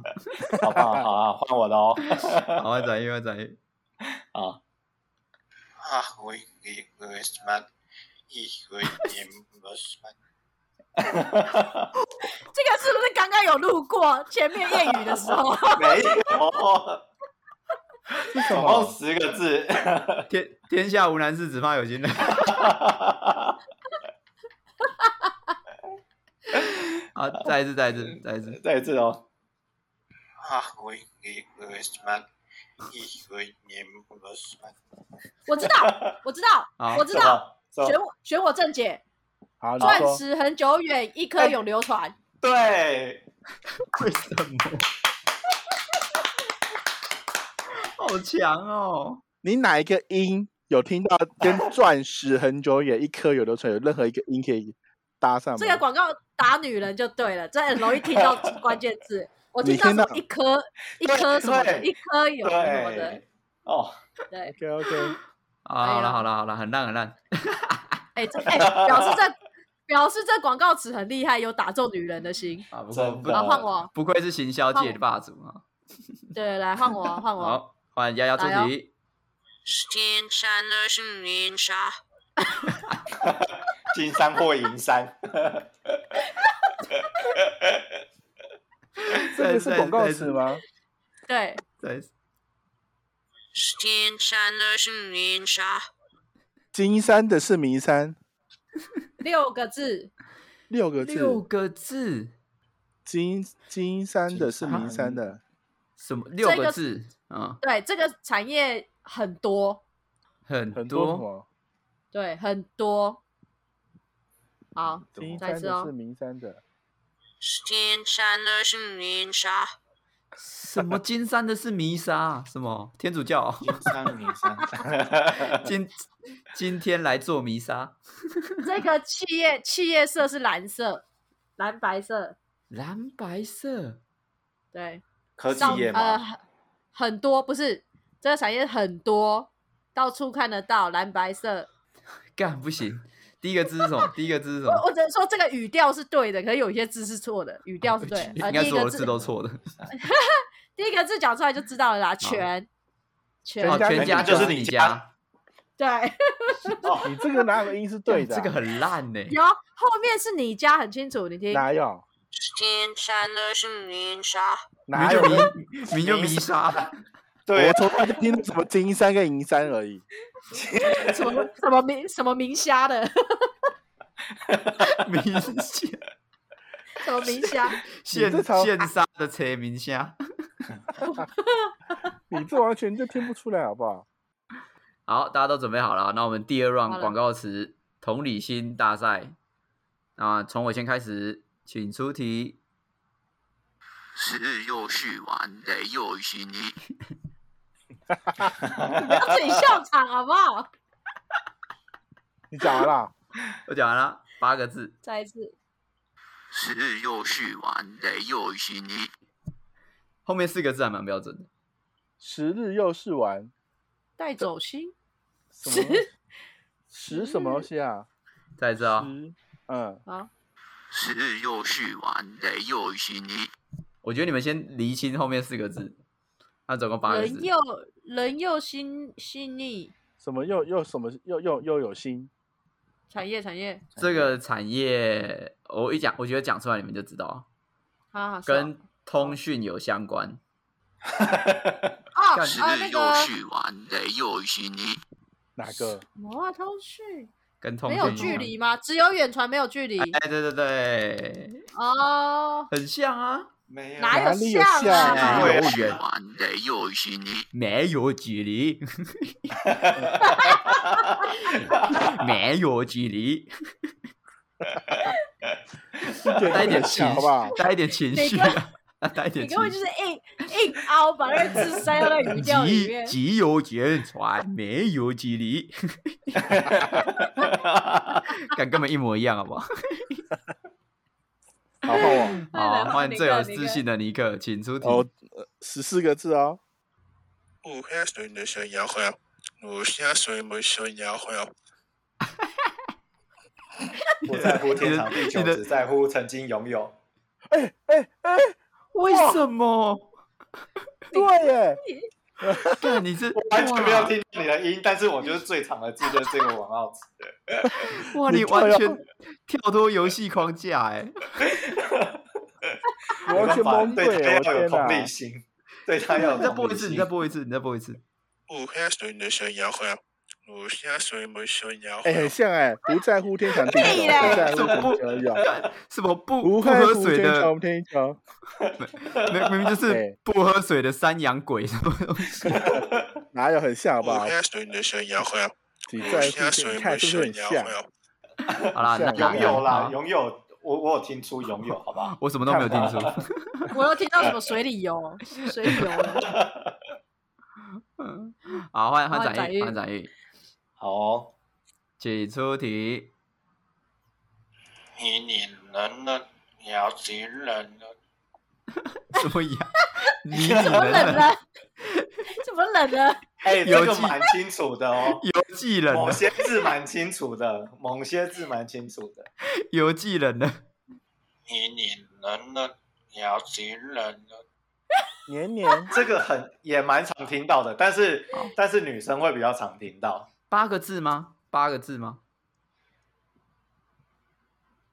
好棒，好啊，换我的 <laughs> 啊哦。好，我转移，我转移。好， Ah, we get this man. Ich will him was man. 这个是不是刚刚有路过前面谚语的时候？没有，是什总哦共么？十个字。天天下无难事，只怕有心人。啊，再一次，再一次，再一次。再一次哦。 Ah, we get this man. Ich will him was man. 我知道，我知道，好我知什道，么？什选么？我选我正解，好，你钻说石很久远，一颗永流传。对，为什么？好强哦！你哪一个音有听到跟钻石很久远一颗有流传有任何一个音可以搭上吗？这个广告打女人就对了，这很容易听到关键字。我听你到听什么到一颗一颗什么的，对一颗有什么的对，，哦，对， OK <laughs> OK，啊，好了好了好了，很烂很烂。哎，这哎表示这表示这广告词很厉害，有打中女人的心。啊，不过真不的好，换我，不愧是行销界的霸主啊！对，来换我，换我，好，换丫丫出来哦题。金山的是银沙，金山或银山，这个是广告词吗？对，对，金山的是银沙，金山的是迷山，六个字，六个字。六个字，金金山的是迷金山山的，什么六个字啊？对，这个产业很多，很很多什多么？对，很多。好，金再一山次的是哦，迷山的，金山的是银沙，什么金山的是弥撒， <laughs> 什么天主教金山银山， <laughs> 今今天来做弥撒，这个企业企业色是蓝色，蓝白色，蓝白色对。科技上业呃嘛，很很多，不是这个产业很多，到处看得到蓝白色。干不行，第一个字是 <laughs> 什么？第一个字是什我么？我只能说这个语调是对的，可是有一些字是错的，语调是对 <laughs> 的。应呃，该第一所个有的字字都错的。第一个字讲出来就知道了啦，全全哦，全全家家就是是你你家 <laughs> 家，哦 <laughs> 对，你这个哪有音是对的 <laughs> 啊？这个很烂呢。有后面是你家很清楚，你听哪有天山的是泥沙，明哪有就？迷，啊明就迷 <laughs> 杀，对我，从来就听什么金山跟银山而已。什么什么明什么明虾的，明虾，什么明 <laughs> 虾，你这现超现杀的车明虾。你这完全就听不出来，好不好？好，大家都准备好了，那我们第二好 round 了广告词同理心大赛啊，从我先开始，请出题。 <laughs> 是又是玩的又是你，不要自己笑场好不好？你讲 <laughs> 完了， <laughs> 我讲完了，八个字。再一次，是又是玩的又是你，后面四个字还蛮标准的，十日又是玩带走心，什么东西？十什么东西啊？再一次啊、十，嗯， <laughs> 是又是玩的又是你，我觉得你们先厘清后面四个字，那总共八个字人。又人又心细腻，什么又又什么又又又有心？产业产业，这个产业，我一讲，我觉得讲出来你们就知道啊，好哦好是跟通讯有相关。哦哦是哦那又个是玩的又是你，哪个？魔幻通讯跟通没讯有有距相离吗？只有远传没有距离哎，对对对，哦，很像啊，没有，哪哪里有像像啊哪对有啊远，玩的哎又是你，没有 <laughs> 距离，没有距离，一 <laughs> <laughs> 点带一点嗯都不能情啊像，好不好？带一点情绪啊， <laughs> 带一点你情根本绪就是。硬硬凹，把那个字塞到那语调里极面。极有绝传，没有距离， <laughs> 感根本一模一样，好不好？好换哦我。好，换尼最克有尼自克信的尼克，请出题。哦，十四个字哦。我开水的想要喝，我下水没想要喝。不在 <laughs> 乎天长地久你，的只在乎曾经拥有。哎哎哎，为什么？对耶，对，你是完全没有哇听到你的音，但是我就是最长的字就是这个王浩子的。哇，你你跳完呀全跳脱游戏框架哎！我没办完全法崩对他溃耶，要有我天同哪理！心，对他要有你再同播理一次，你心再。播一次，你再播一次。我开水的想要喝，我下水没想要喝哎，。很像哎，不在乎天长地久，啊屁嘞不在什乎曾么经拥有，什么不不不在喝乎水天的长，地久。明明明就是对不喝水的山羊鬼什么 <laughs> 东西？哪有很像好不我好？开水的想要喝，你我在乎下天水你看没是不是很想要像？喝。好啦，那像那拥啊有啦好， <laughs> 拥有，我我有听出拥有，好不好？我什么都没有听出。我又听到什么水里游，水里游 <laughs> 了。嗯， <laughs> 好，换换换展展翼，翼换展翼，好哦，请出题。你你能能鸟急人了，什么羊？ <laughs> 你你啊怎么冷能啊了？ <laughs> 怎么冷了？哎，有这个记，蛮清楚的 <laughs> 哦游啊技人某了，些字蛮清楚的，某些字蛮清楚的。游啊技人了，你你能能鸟急人了。年年这个很也蛮常听到的，但是但是女生会比较常听到，八个字吗？八个字吗？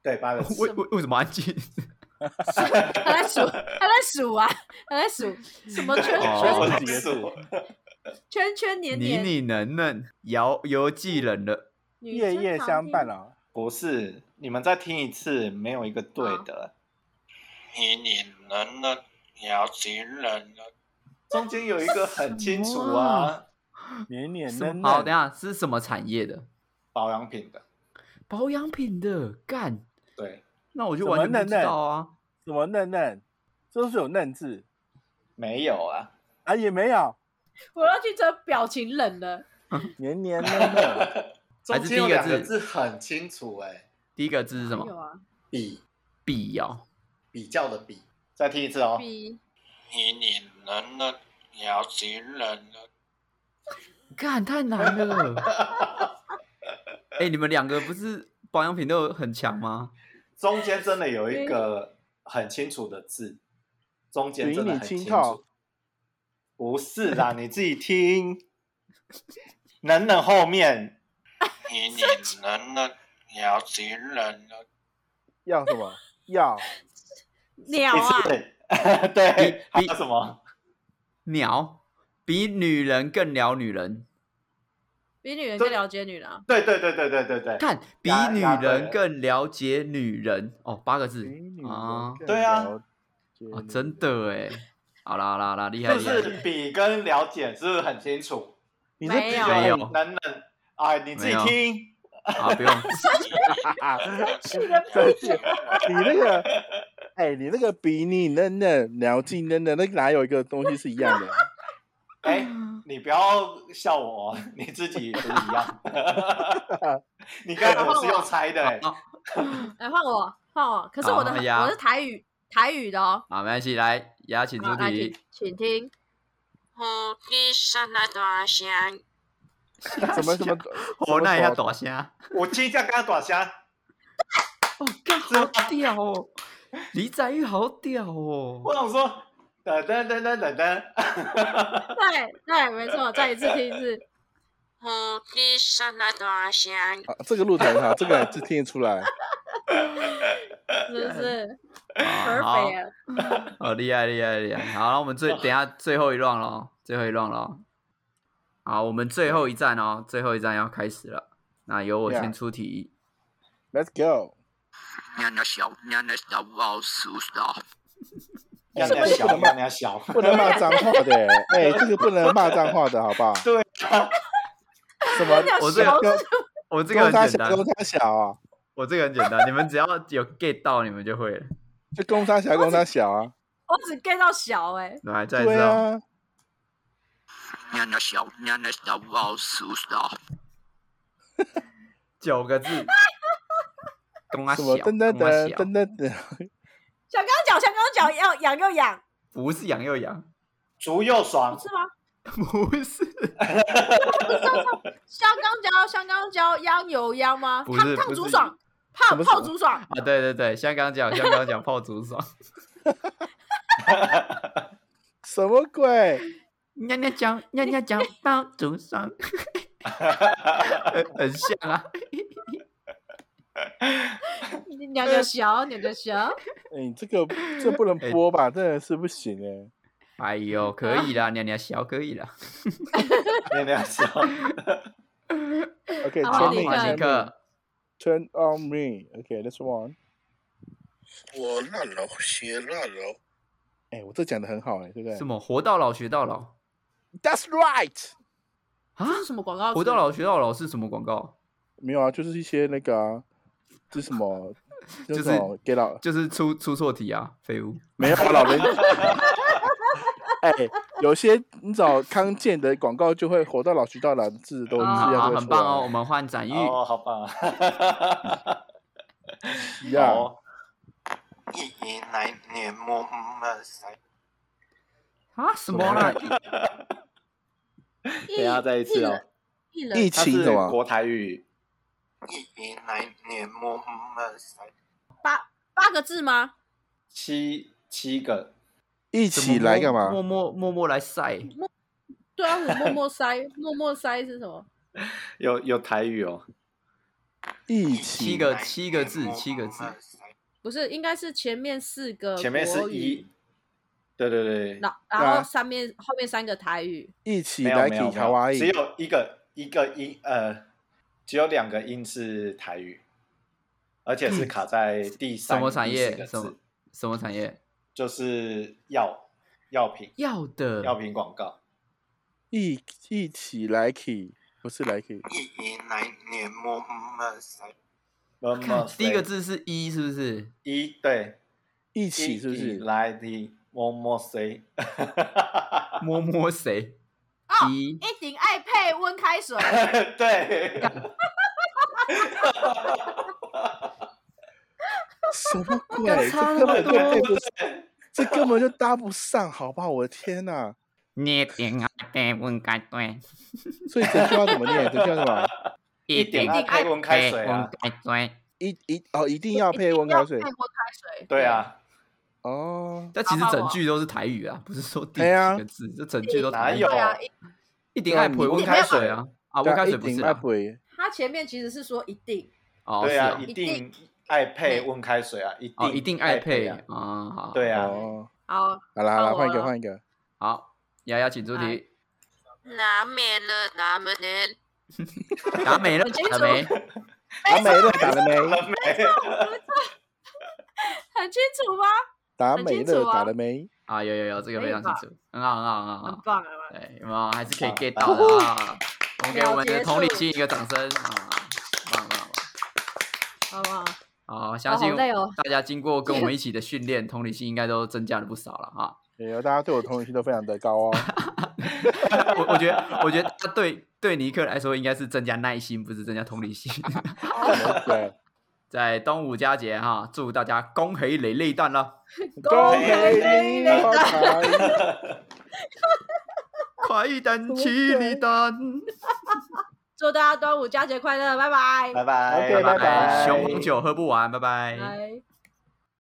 对，八个字为为为什么安静？他在数，他在数啊，他在数什么圈哦圈几个字数圈圈年你年，你能能游游哦技人了，女夜生夜常相听伴。啊！不是，你们再听一次，没有一个对的，你你能能鸟急人了。中间有一个很清楚啊，年年什嫩么？好，等一嫩，下是什么产业的？保养品的，保养品的干，对，那我就什么完全不嫩知嫩道啊。什么嫩嫩，这都是有嫩字没有啊，啊，也没有我要去这表情冷了，年年嫩嫩，中间有两个字很清楚、哎，第一个字是什有么？啊，比必要。比较的比，再听一次哦，比你你能能鸟急人了。 <laughs> 干太难了。哎、你们两个不是保养品都很强吗？中间真的有一个很清楚的字，中间真的很云清里青套楚。不是啦， <laughs> 你自己听。能能后面你你能能鸟几人呢？要什么？要鸟一啊，次， <laughs> 对，还比有什么？鸟比女人更了女人，比女人对更了解女人啊。对对对对对对对，看比答女答对人了更了解女人哦，八个字比女啊人更对啊了解哦，你真的哎，好啦好啦好啦，厉害是不厉害，是比跟了解是不是很清楚？你是没有自己没有能能哎，你自己没有听。好不用，啊你那个，哎，你那个比你嫩嫩、了解嫩嫩，那个哪有一个东西是一样的？哎，你不要笑我 <laughs> 哦，你自己不一样。 <laughs> 你刚才我是用猜的哎，来换我，换我。可是好我的那么哦哎呀我是台语台语的哦。好没关系，来牙请出好，来题请，请听，好地上的大象， <laughs> 什么什么？我哦那一下要大啊虾，我听一下刚刚短虾，哦， <laughs> 干好屌哦，李载玉好屌哦我，想说噔噔噔噔 <laughs> 噔噔，对对，没错，再一次听一次。好地上的大象，啊，这个路程哈，这个这听得出来。是不是啊 <laughs> 好， perfect？ <laughs> 好厉害厉害厉害！好，那我们 <laughs> 最等一下最后一 round 咯，最后一 round 咯。好，我们最后一站哦，最后一站要开始了。那由我 Yeah 先出题。 Let's <laughs> go。娘娘小娘娘小老鼠小，要你要小，要你要小，不能骂脏话的，哎，这个不能骂脏话的，好不好？对啊什么？我这小个跟我 <laughs> 这个公差很简小，单公，差小啊，我这个很简单， <laughs> 你们只要有 get 到，你们就会了。就公差小，公差小啊，我只 get 到小哎，来，再一次对哦，啊，娘娘小娘娘小老鼠小，九个字。公啊什小，么噔噔公啊噔小，噔噔噔，小刚脚，小刚脚要痒又痒，不是羊又羊， <laughs> 足又不爽，是吗？不是，香港脚，香港脚，秧有秧吗？不烫是不烫是竹爽，什泡么泡竹竹爽，啊，对对对，香港脚，香港脚，泡竹 <laughs> 爽，什么鬼？哎娘娘脚，娘娘脚，泡竹爽， <laughs> 很像啊。两个小，两个小，哎、这个这不能哎播吧？真的是不行哎、哎呦，可以啦，娘娘小可以啦。要你要小， OK，好好，啊立马马尼立克， Turn on me. OK, this one. 我那楼斜那楼，哎、我这讲的很好哎、对不对什么活到老学到老？That's right. 哦啊这？是什么广告词？活到老学到老是什么广告？没有啊，就是一些那个、啊，这是 <laughs> 什么，那就是什么给老就是出出错题啊，废物。没有啊老人。 <laughs> 哎、有些你找康健的广告就会活到老学到老，字都是啊一好，样都会很出棒哦，我来。们换展玉。哦，好棒啊，一样、哦一年来年摸摸塞，啊？什么啦？一等一下再一次哦，一疫人它情是什么？国台语，一年来年摸摸塞，八八个字吗？七七个，一怎么起来干嘛？默默默默来晒。对啊，我默默塞，默默塞是什么？有有台语哦，一七起个七个字七个字不是，应该是前面四个，前面是一，，对对对，然对然啊后上面后面三个台语，一起没有来没有给没卡有哇伊只。有一个一个音，呃，只有两个音是台语，而 <clears throat> 且是卡在第三什么产第四业？个什么字，什么产业？就是药药品要的。药品广告，一一起来 key，不是来 key，一年来年摸摸塞，那看么第一个字是一，是不是？一对，一起是不一是？来的么 <laughs> 么 C，摸摸谁？一一定爱配温开水，对，什 <laughs> 么鬼？干这差根那么本就多配不上，这根本就搭不上，好不好？我的天哪、你点啊，对，问该对。 <laughs> 所以这句话怎么念？这叫什么？一一点定啊，爱配温开水啊，开水。一一哦，一定要一配定温要开水配温开水，对啊，哦。但其实整句都是台语啊，不是说第哎呀几个字，这整句都台哪语有对啊，一点爱对啊陪温你开水啊，啊，对温啊开水一不定是要啊，配他前面其实是说一定，哦，对啊，是一一定定爱配温开水啊，一哦，定一定爱配啊啊，，好，对啊，哦。好，啊好了好了，到我换一个了换一个。好，丫丫请出题，拿美了，拿美了，打美了很清，楚打没，哦打啊美乐打了没？了没？很清楚吗？打很美清乐楚打啊了没？啊，有有有，这个非常清楚，很好很好很很好，棒啊！对，有没有还是可以 get 到的啊？我们给我们的同理心一个掌声啊，棒棒棒！好不好？好，相信好累哦大家经过跟我们一起的训练，同理心应该都增加了不少了啊。也哎有大家对我同理心都非常的 <laughs> 高哦。 <laughs> 我我觉得，我觉得他对对尼克来说应该是增加耐心，不是增加同理心。 <laughs> 对，在端午佳节哈，祝大家恭喜累累蛋了，恭喜你发财！快一点起立蛋，祝大家端午佳节快乐，拜拜。拜拜 OK，拜拜拜熊红酒喝不完，拜拜。拜。